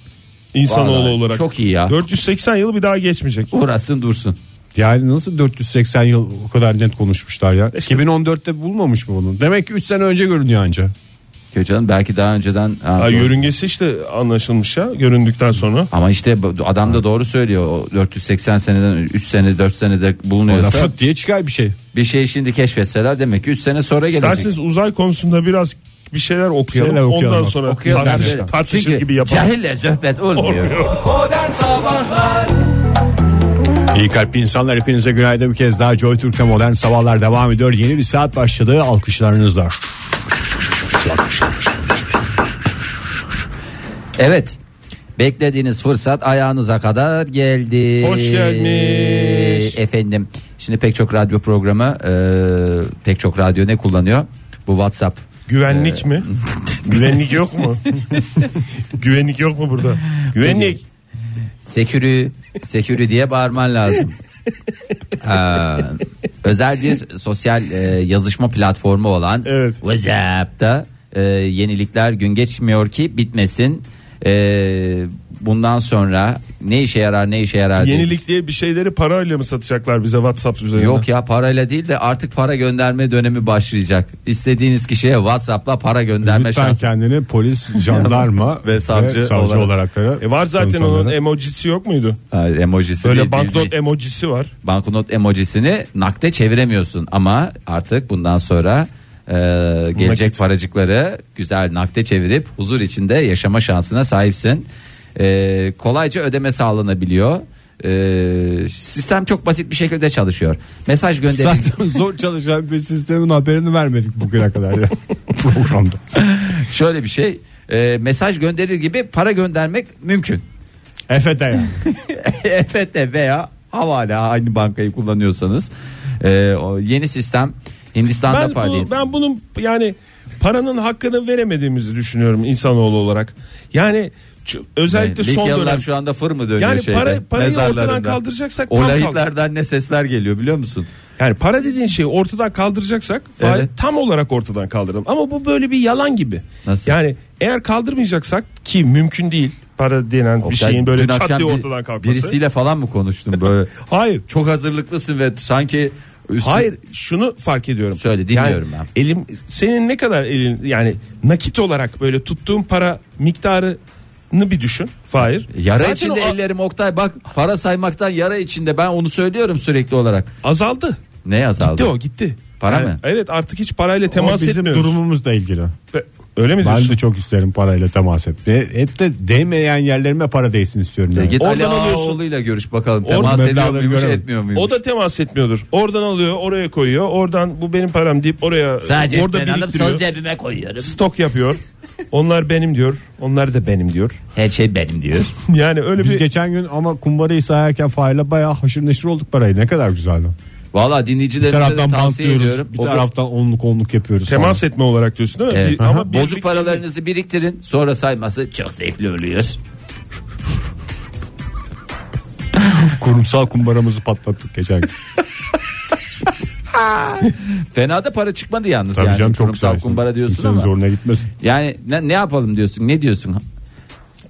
İnsanoğlu
Vallahi
olarak.
çok iyi ya.
480 yıl bir daha geçmeyecek.
Uğraşsın dursun.
yani nasıl 480 yıl o kadar net konuşmuşlar ya. 2014'te bulmamış mı bunu? Demek ki 3 sene önce görünüyor anca.
Köçen belki daha önceden Ha,
Ha,
doğru.
yörüngesi işte anlaşılmış ya göründükten sonra.
ama işte bu- adam da doğru söylüyor. O 480 seneden 3 sene 4 senede
Orada
bulunuyorsa
fıt diye çıkar bir şey.
bir şey şimdi keşfetseler demek ki 3 sene sonra gelecek.
İsterseniz uzay konusunda biraz bir şeyler okuyalım.
Şeyler okuyalım.
Ondan sonra
Okuyalım.
tartış-
Çünkü
tartışır gibi yapalım.
Cahille zöhbet olmuyor.
Olmuyor.
İyi kalpli insanlar hepinize günaydın bir kez daha Joy Türk'te modern sabahlar devam ediyor. Yeni bir saat başladı alkışlarınızla.
Evet. Beklediğiniz fırsat ayağınıza kadar geldi.
Hoş gelmiş.
Efendim. Şimdi pek çok radyo programı, e, pek çok radyo ne kullanıyor? Bu WhatsApp.
Güvenlik
<laughs>
mi? Güvenlik yok mu? Güvenlik yok mu burada? Güvenlik.
Sekürü, sekürü diye bağırman lazım.
<laughs>
Ha, özel bir sosyal e, yazışma platformu olan
Evet.
WhatsApp'ta e, yenilikler gün geçmiyor ki bitmesin. E, bundan sonra ne işe yarar ne işe yarar değil.
Yenilik diye bir şeyleri parayla mı satacaklar bize WhatsApp üzerinden?
Yok ya parayla değil de artık para gönderme dönemi başlayacak. İstediğiniz kişiye WhatsApp'la para gönderme
Lütfen
şansı.
kendini polis, jandarma
<laughs> Ve
ve
savcı
savcı,
olarak-
olarak. da
E var zaten
tanıtanlara.
onun emojisi yok muydu?
Ha, Emojisi
Böyle
değil,
banknot
bildiğin-
emojisi
<laughs>
var.
banknot emojisini nakde çeviremiyorsun ama artık bundan sonra e, gelecek
Nakit.
paracıkları güzel nakde çevirip huzur içinde yaşama şansına sahipsin. E, kolayca ödeme sağlanabiliyor. E, sistem çok basit bir şekilde çalışıyor. Mesaj gönderin.
Zaten zor çalışan bir sistemin haberini vermedik bugüne kadar ya programda.
Şöyle bir şey. e, mesaj gönderir gibi para göndermek mümkün.
EFET'e yani.
<laughs> EFT E veya havale aynı bankayı kullanıyorsanız E, o yeni sistem Hindistan'da
Ben,
faaliyet. E,
bu, ben bunun yani paranın hakkını veremediğimizi düşünüyorum insanoğlu olarak. Yani ç- özellikle
Yani
son
Likyalılar
dönem.
şu anda fır mı dönüyor
Yani
şeyde,
para- parayı
mezarlarında?
ortadan kaldıracaksak tam
Olayitlerden ne sesler geliyor biliyor musun?
Yani para dediğin şeyi ortadan kaldıracaksak Fahir,
Evet.
tam olarak ortadan kaldıralım. Ama bu böyle bir yalan gibi.
Nasıl?
Yani eğer kaldırmayacaksak ki mümkün değil para denen bir
Oktay,
şeyin böyle
dün
çat
akşam
diye
bir-
ortadan kalkması.
Birisiyle falan mı konuştun böyle?
Hayır.
Çok hazırlıklısın ve sanki üstün-
Hayır şunu fark ediyorum.
Söyle, dinliyorum
yani, Elim senin ne kadar elin yani nakit olarak böyle tuttuğun para miktarını bir düşün. Fahir.
Yara
Zaten
içinde
o a-
ellerim Oktay bak para saymaktan yara içinde ben onu söylüyorum sürekli olarak.
azaldı.
Ne azaldı?
Gitti o gitti.
Para
Yani,
mı?
Evet artık hiç parayla temas
O bizim
etmiyoruz.
durumumuzla ilgili.
Ve- Öyle
Ben
mi diyorsun?
de çok isterim parayla temas et. Ve hep de değmeyen yerlerime para değsin istiyorum.
E
Yani.
git Ali
Oradan alıyorsun.
Ağaoğlu'yla görüş bakalım.
Oradan
Temas ediyor
meblağları
muymuş
görelim.
etmiyor muymuş?
O da temas etmiyordur. Oradan alıyor, oraya koyuyor. Oradan bu benim param deyip oraya
Sadece
orada
ben alıp
biriktiriyor.
son cebime koyuyorum.
Stok yapıyor. Onlar benim diyor. Onlar da benim diyor.
Her şey benim diyor.
Yani öyle
Biz
bir
geçen gün ama kumbarayı sayarken faile bayağı haşır neşir olduk parayı. Ne kadar güzeldi. Bir
Valla dinleyicilerimize de
taraftan
tavsiye ediyorum.
bantlıyoruz. Bir
O-
taraftan onluk onluk yapıyoruz.
temas
falan.
etme olarak diyorsun değil mi?
Evet.
Bir-
Aha.
ama bir-
Bozuk paralarınızı biriktirin sonra sayması çok zevkli oluyor.
<laughs> Kurumsal kumbaramızı patlattık geçen gün.
Fena da para çıkmadı yalnız
Tabii
yani.
canım çok
Kurumsal
güzel.
kumbara diyorsun
İnsanın
ama.
zoruna gitmesin.
Yani ne, ne yapalım diyorsun ne diyorsun?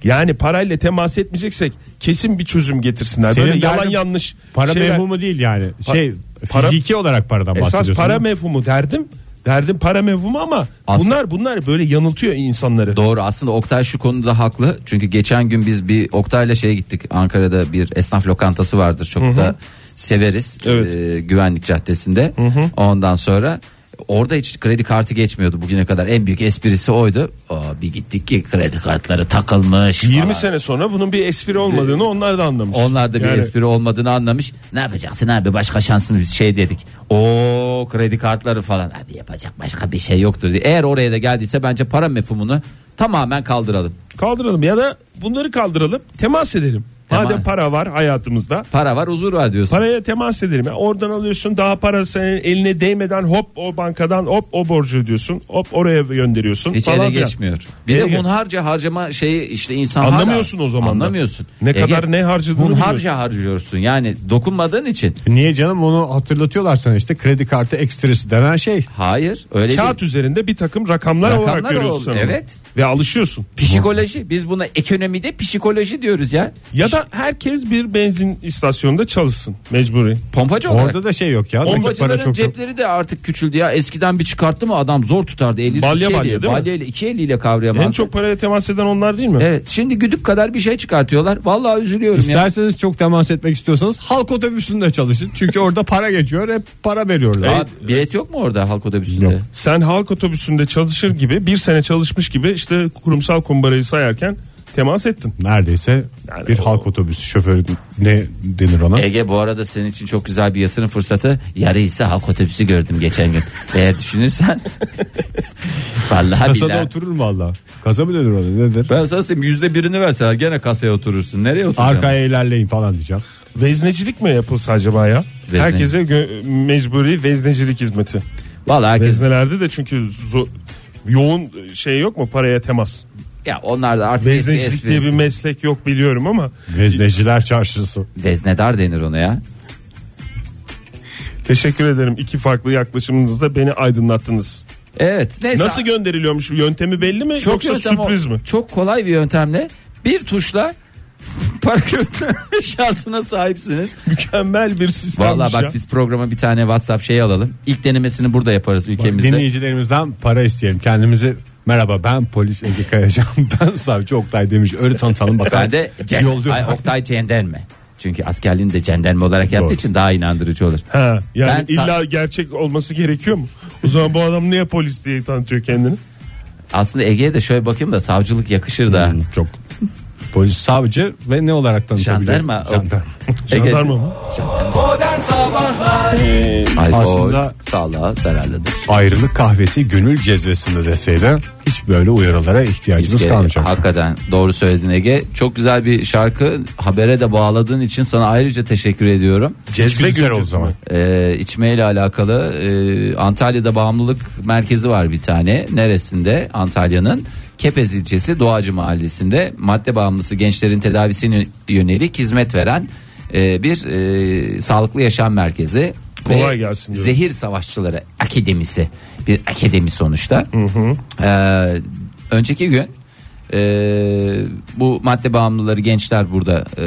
Yani parayla temas etmetiksek kesin bir çözüm getirsinler.
Senin
Böyle yalan
derdin
yanlış
Para
şeyler-
mevhumu değil yani. Şey
para-
fiziki olarak paradan
Esas
bahsediyorsun.
para mevhumu derdim. Derdim para mevhumu ama
Aslında-
bunlar bunlar böyle yanıltıyor insanları.
Doğru aslında Oktay şu konuda haklı. Çünkü geçen gün biz bir Oktay'la şeye gittik. Ankara'da bir esnaf lokantası vardır çok da severiz.
Evet.
Ee, güvenlik caddesinde. Ondan sonra orada hiç kredi kartı geçmiyordu bugüne kadar. En büyük esprisi oydu. Aa, bir gittik ki kredi kartları takılmış.
20
falan.
sene sonra bunun bir espri olmadığını onlar da anlamış.
Onlar da bir
Yani-
espri olmadığını anlamış. Ne yapacaksın abi başka şansını biz şey dedik. O kredi kartları falan abi yapacak başka bir şey yoktur diye. Eğer oraya da geldiyse bence para mefhumunu tamamen kaldıralım.
Kaldıralım ya da bunları kaldıralım temas edelim.
Tema-
Madem para var hayatımızda
Para var huzur var diyorsun.
paraya temas edelim. Yani oradan alıyorsun daha para senin eline değmeden hop o bankadan hop o borcu ödüyorsun hop oraya gönderiyorsun
Hiç
falan
ele
filan.
geçmiyor. Bir
Ele
de
geç-
hunharca harcama şeyi işte insan hala-
Anlamıyorsun o zaman da.
Anlamıyorsun. E
Ne kadar ne harcadığını
Hunharca
bilmiyorsun.
harcıyorsun yani dokunmadığın için.
Niye canım onu hatırlatıyorlar sana işte kredi kartı ekstresi denen şey.
Hayır öyle
Kağıt
değil.
üzerinde bir takım rakamlar,
Rakamlar
olarak görüyorsun.
oldu,
sen onu.
evet.
Ve alışıyorsun.
Psikoloji biz buna ekonomide psikoloji diyoruz ya.
Ya da herkes bir benzin istasyonunda çalışsın mecburi.
Pompacı olarak.
Orada da şey yok ya. nakit para
Bombacıların
çok yok.
cepleri de artık küçüldü ya. Eskiden bir çıkarttı mı adam zor tutardı. Elini
Balya
iki
balya
eliyle,
değil mi?
balya ile iki eliyle kavrayamazdı.
En çok paraya temas eden onlar değil mi?
Evet şimdi güdüp kadar bir şey çıkartıyorlar. Vallahi üzülüyorum ya.
İsterseniz çok temas etmek istiyorsanız halk otobüsünde çalışın. Çünkü orada para geçiyor hep para veriyorlar.
Aa, bilet yok mu orada halk otobüsünde?
Yok.
Sen halk otobüsünde çalışır gibi bir sene çalışmış gibi işte kurumsal kumbarayı sayarken temas ettin.
Neredeyse
Yani
bir
o-
halk otobüsü şoförü ne denir ona?
Ege bu arada senin için çok güzel bir yatırım fırsatı. Yarı ise halk otobüsü gördüm geçen gün. Eğer düşünürsen. <laughs> Vallahi
Kasada
billahi.
oturur valla. Kasa mı denir ona nedir?
Ben sana söyleyeyim yüzde birini verseler gene kasaya oturursun. Nereye oturacaksın?
Arkaya ilerleyin falan diyeceğim.
Veznecilik mi yapılsa acaba ya?
Vezne.
Herkese gö- mecburi veznecilik hizmeti.
Vallahi herkes.
Veznelerde de çünkü zo- yoğun şey yok mu paraya temas?
Ya onlar da artık eski
Veznecilik diye bir
esprisi.
meslek yok biliyorum ama
Vezneciler çarşısı.
Veznedar denir ona ya.
teşekkür ederim. İki farklı yaklaşımınızda beni aydınlattınız.
Evet neyse.
Nasıl gönderiliyormuş? Yöntemi belli mi <laughs> yoksa
yöntem o-
sürpriz mi?
Çok kolay bir yöntemle bir tuşla <laughs> para gönderme <laughs> şansına sahipsiniz.
Mükemmel bir sistem.
Vallahi bak biz programa bir tane WhatsApp şey alalım. İlk denemesini burada yaparız ülkemizde.
Dinleyicilerimizden para isteyelim. Kendimizi merhaba ben polis Ege Kayacan <laughs> ben savcı Oktay demiş. Öyle tanıtalım bakalım.
Ben de cen,
Yolda-
Ay, Oktay cenderme. Çünkü askerliğini de cenderme olarak yaptığı için daha inandırıcı olur.
Ha, yani
Ben sa-
illa gerçek olması gerekiyor mu? O zaman bu adam niye polis diye tanıtıyor kendini?
Aslında Ege'ye de şöyle bakayım da savcılık yakışır da.
Hmm, Çok polis savcı ve ne olarak tanıtabilir?
Jandarma. Ege-
Jandarma mı?
Alkol,
Aslında-
sağlığa zararlıdır.
Ayrılık kahvesi gönül cezvesinde deseydi hiç böyle uyarılara ihtiyacımız
Gerek-
kalmayacak.
Hakikaten doğru söyledin Ege. Çok güzel bir şarkı. Habere de bağladığın için sana ayrıca teşekkür ediyorum.
Cezve
İçgüdüsel
güzel o
mi?
zaman.
Ee, içmeyle alakalı e, Antalya'da bağımlılık merkezi var bir tane. Neresinde? Antalya'nın Kepez ilçesi Doğacı Mahallesi'nde madde bağımlısı gençlerin tedavisine yönelik hizmet veren e, bir e, sağlıklı yaşam merkezi.
Kolay
Ve
gelsin diyorum.
Zehir Savaşçıları Akademisi bir akademi sonuçta. Ee, önceki gün e, bu madde bağımlıları gençler burada e,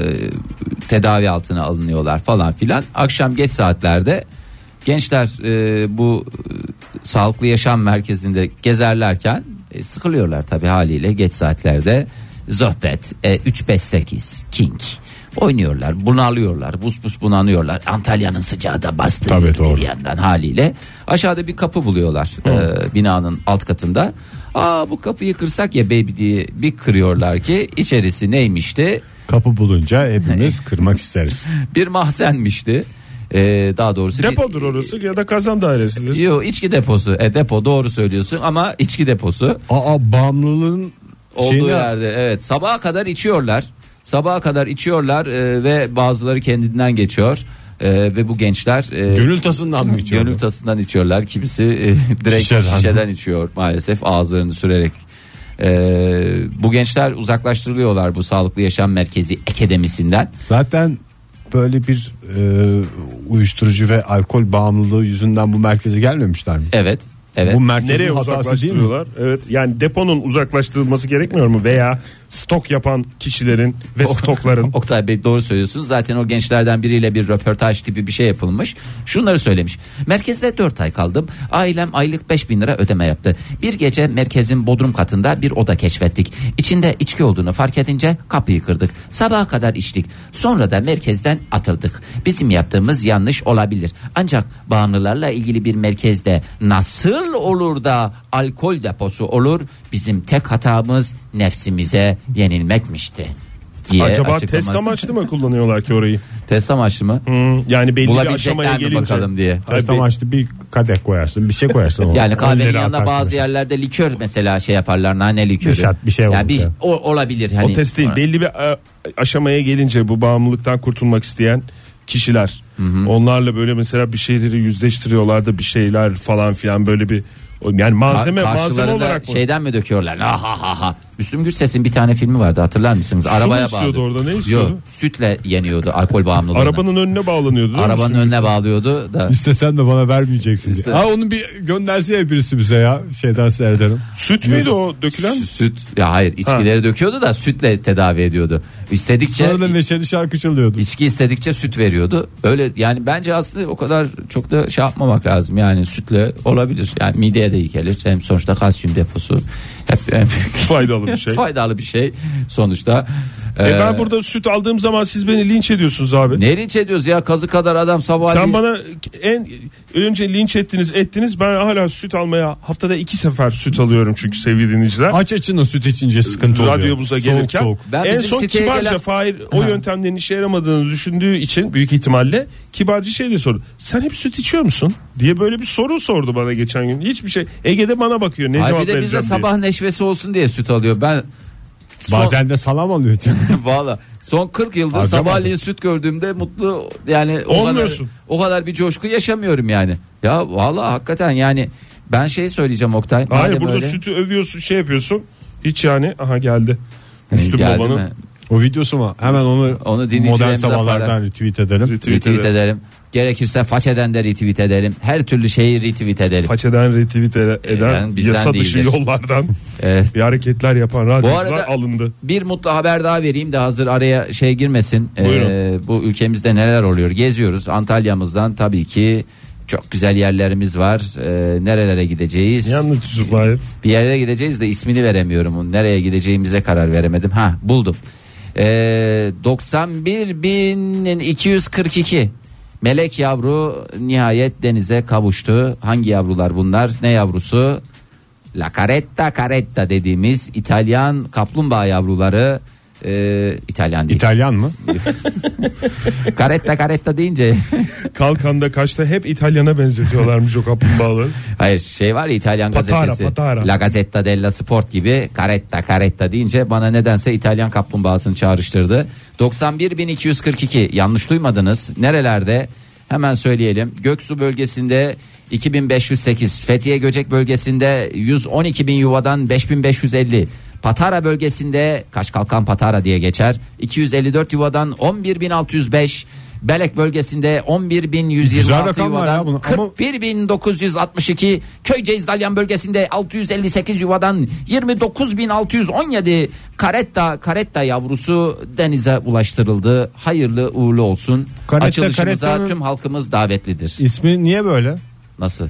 tedavi altına alınıyorlar falan filan. Akşam geç saatlerde gençler e, bu e, sağlıklı yaşam merkezinde gezerlerken e, sıkılıyorlar tabii haliyle geç saatlerde sohbet e, 3-5-8 king oynuyorlar bunalıyorlar bus bus bunalıyorlar Antalya'nın sıcağı da bastırıyor
Tabii,
bir
doğru.
yandan haliyle aşağıda bir kapı buluyorlar e, binanın alt katında. Aa bu kapıyı kırsak ya baby diye bir kırıyorlar ki içerisi neymişti?
Kapı bulunca
<laughs>
hepimiz kırmak isteriz.
Bir mahzenmişti. E, daha doğrusu bir-
Depodur orası ya da kazan dairesidir.
Yo içki deposu. E, depo doğru söylüyorsun ama içki deposu
Aa bağımlılığın
olduğu
şeyine-
yerde. Evet sabaha kadar içiyorlar. Sabaha kadar içiyorlar e, ve bazıları kendinden geçiyor. E, ve bu gençler e,
Gönül tasından mı içiyor?
Gönül tasından içiyorlar. Kimisi e, <laughs> direkt şişeden.
Şişeden.
içiyor maalesef ağızlarını sürerek. E, bu gençler uzaklaştırılıyorlar bu sağlıklı yaşam merkezi akademisinden.
Zaten böyle bir e, uyuşturucu ve alkol bağımlılığı yüzünden bu merkeze gelmemişler mi?
Evet. Evet.
Bu merkezin
Nereye
hatası değil mi?
uzaklaştırıyorlar? Evet. Yani deponun uzaklaştırılması gerekmiyor mu? Veya stok yapan kişilerin
<laughs>
ve stokların.
Oktay Bey doğru söylüyorsunuz. Zaten o gençlerden biriyle bir röportaj tipi bir şey yapılmış. Şunları söylemiş. Merkezde 4 ay kaldım. Ailem aylık 5000 lira ödeme yaptı. Bir gece merkezin bodrum katında bir oda keşfettik. İçinde içki olduğunu fark edince kapıyı kırdık. Sabaha kadar içtik. Sonra da merkezden atıldık. Bizim yaptığımız yanlış olabilir. Ancak bağımlılarla ilgili bir merkezde nasıl olur da alkol deposu olur? Bizim tek hatamız nefsimize yenilmekmişti diye
Acaba
açıklaması-
test amaçlı mı kullanıyorlar ki orayı?
Test amaçlı mı?
Hmm, yani belli bir aşamaya
Bulabilecekler mi
gelince.
bakalım diye.
Tabii.
Hasta amaçlı bir kadeh koyarsın bir şey
<laughs>
koyarsın. ona.
Yani kahvenin
Önleri
yanında
atarsın.
bazı yerlerde likör mesela şey yaparlar nane likörü.
Bir şat, bir şey
yani
olur
bir,
ya.
o, olabilir
O
hani.
test değil. Belli bir e, aşamaya gelince bu bağımlılıktan kurtulmak isteyen kişiler. Onlarla böyle mesela bir şeyleri yüzleştiriyorlar da bir şeyler falan filan böyle bir yani malzeme malzeme
Ka- karşılarında şey
olarak mı?
şeyden mi döküyorlar? Ah, Ha ha ha ha. Müslüm Gürses'in bir tane filmi vardı hatırlar mısınız?
mu
Arabaya
istiyordu
bağlıyordu.
orada, ne istiyordu?
Yok, sütle yeniyordu alkol bağımlılığını.
Arabanın önüne bağlanıyordu. değil mi?
Arabanın önüne bağlıyordu da.
İstesen de bana vermeyeceksin
İste-
diye. Ha onu bir gönderse ya birisi bize ya şeyden seyrederim.
Süt müydü o dökülen?
Sü- Süt ya hayır içkileri döküyordu da sütle tedavi ediyordu. İstedikçe
Sonra da neşeli şarkı çalıyordu.
İçki istedikçe süt veriyordu. Öyle yani bence aslında o kadar çok da şey yapmamak lazım. Yani sütle olabilir. Yani mideye de iyi gelir. Hem sonuçta kalsiyum deposu hep en büyük
Faydalı bir <laughs>
<laughs>
şey.
faydalı bir şey sonuçta.
E
Ee,
ben burada süt aldığım zaman siz beni linç ediyorsunuz abi.
ne linç ediyoruz ya kazı kadar adam sabah
Sen bana en önce linç ettiniz ettiniz ben hala süt almaya haftada iki sefer süt alıyorum çünkü sevgili dinleyiciler.
Aç açına süt içince sıkıntı oluyor.
radyomuza
Soğuk
gelirken
soğuk.
Ben
en
bizim
son
siteye
kibarca
gelen-
Fahir o
Ha.
yöntemlerin işe yaramadığını düşündüğü için büyük ihtimalle kibarcı şey de sordu. Sen hep süt içiyor musun? diye böyle bir soru sordu bana geçen gün. Hiçbir şey Ege'de bana bakıyor ne
Ay
cevap
bir de
vereceğim
bize
diye.
sabah neşvesi olsun diye süt alıyor. Ben son- <laughs>
Bazen de salam alıyor.
Valla son 40 yıldır
Harcamadım.
sabahleyin süt gördüğümde mutlu yani o
Olmuyorsun.
kadar, o kadar bir coşku yaşamıyorum yani. Ya valla hakikaten yani ben şey söyleyeceğim Oktay.
Hayır
madem
burada
öyle-
sütü övüyorsun şey yapıyorsun. Hiç yani aha geldi. Müslüm
Hani Geldi
babanın
mi?
<laughs> o videosu mu? Hemen onu,
Onu
modern
dinleyicilerimize
sabahlardan
paylaş.
retweet edelim.
Retweet
Retweet
ederim.
ederim. Gerekirse façeden de retweet edelim. Her türlü şeyi retweet edelim.
Façeden retweet e- eden
Eden bizden
yasa dışı
değildir.
yollardan
Evet.
bir hareketler yapan radyocular
arada-
alındı.
Bir mutlu haber daha vereyim de hazır araya şey girmesin.
Buyurun.
bu ülkemizde neler oluyor? Geziyoruz. Antalya'mızdan tabii ki çok güzel yerlerimiz var. Ee, nerelere gideceğiz?
Yalnız Yusuf
<laughs>
Hayır.
Bir yere gideceğiz de ismini veremiyorum. Nereye gideceğimize karar veremedim. Ha buldum. Ee, 91.242 melek yavru nihayet denize kavuştu. Hangi yavrular bunlar? Ne yavrusu? La caretta caretta dediğimiz İtalyan kaplumbağa yavruları. Ee, İtalyan değil.
İtalyan mı?
caretta caretta deyince
Kalkanda kaçta hep İtalyan'a benzetiyorlarmış o kaplumbağaları.
Hayır şey var ya İtalyan
Patara,
gazetesi.
patara.
La Gazzetta della Sport gibi karetta karetta deyince bana nedense İtalyan kaplumbağasını çağrıştırdı. 91.242 yanlış duymadınız. Nerelerde? Hemen söyleyelim. Göksu bölgesinde 2508, Fethiye Göcek bölgesinde 112 bin yuvadan 5550, Patara bölgesinde Kaşkalkan Patara diye geçer 254 yuvadan 11605, Belek bölgesinde 11126
Güzel rakam var
yuvadan
ya bunun.
40
Ama-
1962 Köyceğiz Dalyan bölgesinde 658 yuvadan 29617 karetta karetta yavrusu denize ulaştırıldı. Hayırlı uğurlu olsun.
Karetta,
Açılışımıza
karettanın-
tüm halkımız davetlidir.
İsmi niye böyle?
Nasıl?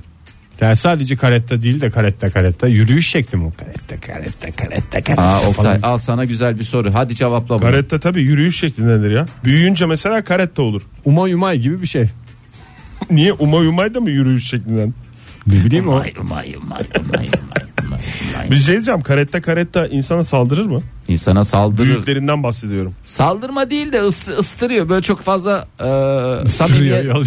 Yani sadece karetta değil de karetta karetta yürüyüş şekli mi? Karetta karetta karetta karetta.
Aa Oktay
falan.
al sana güzel bir soru. Hadi cevapla bunu.
Karetta tabii yürüyüş şeklindendir ya. Büyüyünce mesela karetta olur.
Umay umay gibi bir şey.
<laughs> Niye umay umay da mı yürüyüş şeklinden?
Ne bileyim o.
Umay, umay, umay, umay, umay, umay, umay.
Bir şey diyeceğim karetta karetta insana saldırır mı?
İnsana saldırır.
Büyüklerinden bahsediyorum.
Saldırma değil de ıs- ıstırıyor. Böyle çok fazla e,
Sürüyor,
samimiyet,
yalıyor.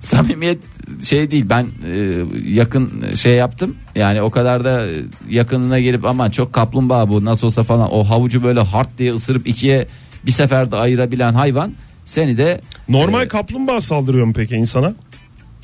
samimiyet şey değil ben e, yakın şey yaptım yani o kadar da e, yakınına gelip aman çok kaplumbağa bu nasıl olsa falan o havucu böyle hard diye ısırıp ikiye bir seferde ayırabilen hayvan seni de
<laughs> Normal
e,
kaplumbağa saldırıyor mu peki insana?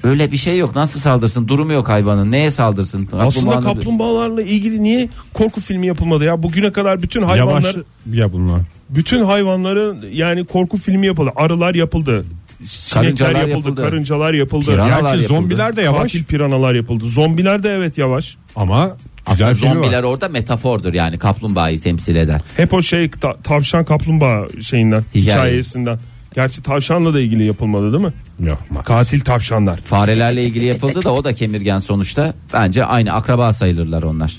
öyle bir şey yok nasıl saldırsın durumu yok hayvanın neye saldırsın
Aslında
Kaplumbağanın-
kaplumbağalarla ilgili niye korku filmi yapılmadı ya? Bugüne kadar bütün hayvanlar
Yavaş ya bunlar.
bütün hayvanların yani korku filmi yapıldı. Arılar yapıldı. Sinekler
Karıncalar
yapıldı,
yapıldı.
karıncalar yapıldı.
Piranalar
Gerçi
yapıldı.
Zombiler de yavaş
Katil piranalar yapıldı. Zombiler de evet yavaş.
ama
Aslında
güzel film
zombiler
var.
orada metafordur yani kaplumbağayı temsil eder
Hep o şey ta- tavşan kaplumbağa şeyinden
Hikaye.
hikayesinden. Gerçi tavşanla da ilgili yapılmadı değil mi?
Yok.
Katil tavşanlar.
farelerle ilgili yapıldı da o da kemirgen sonuçta bence aynı akraba sayılırlar onlar.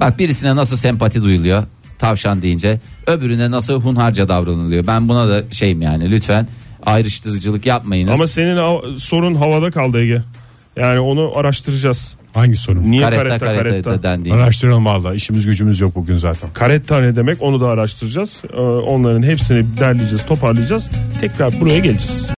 Bak birisine nasıl sempati duyuluyor tavşan deyince öbürüne nasıl hunharca davranılıyor. Ben buna da şeyim yani lütfen ayrıştırıcılık yapmayınız.
Ama senin hav- sorun havada kaldı Ege. Yani onu araştıracağız.
Hangi sorun?
Niye
karetta
karetta
karetta,
karetta? Karetta,
dendiği.
Araştıralım valla işimiz gücümüz yok bugün zaten.
ne demek onu da araştıracağız. Ee, onların hepsini derleyeceğiz, toparlayacağız. Tekrar buraya geleceğiz.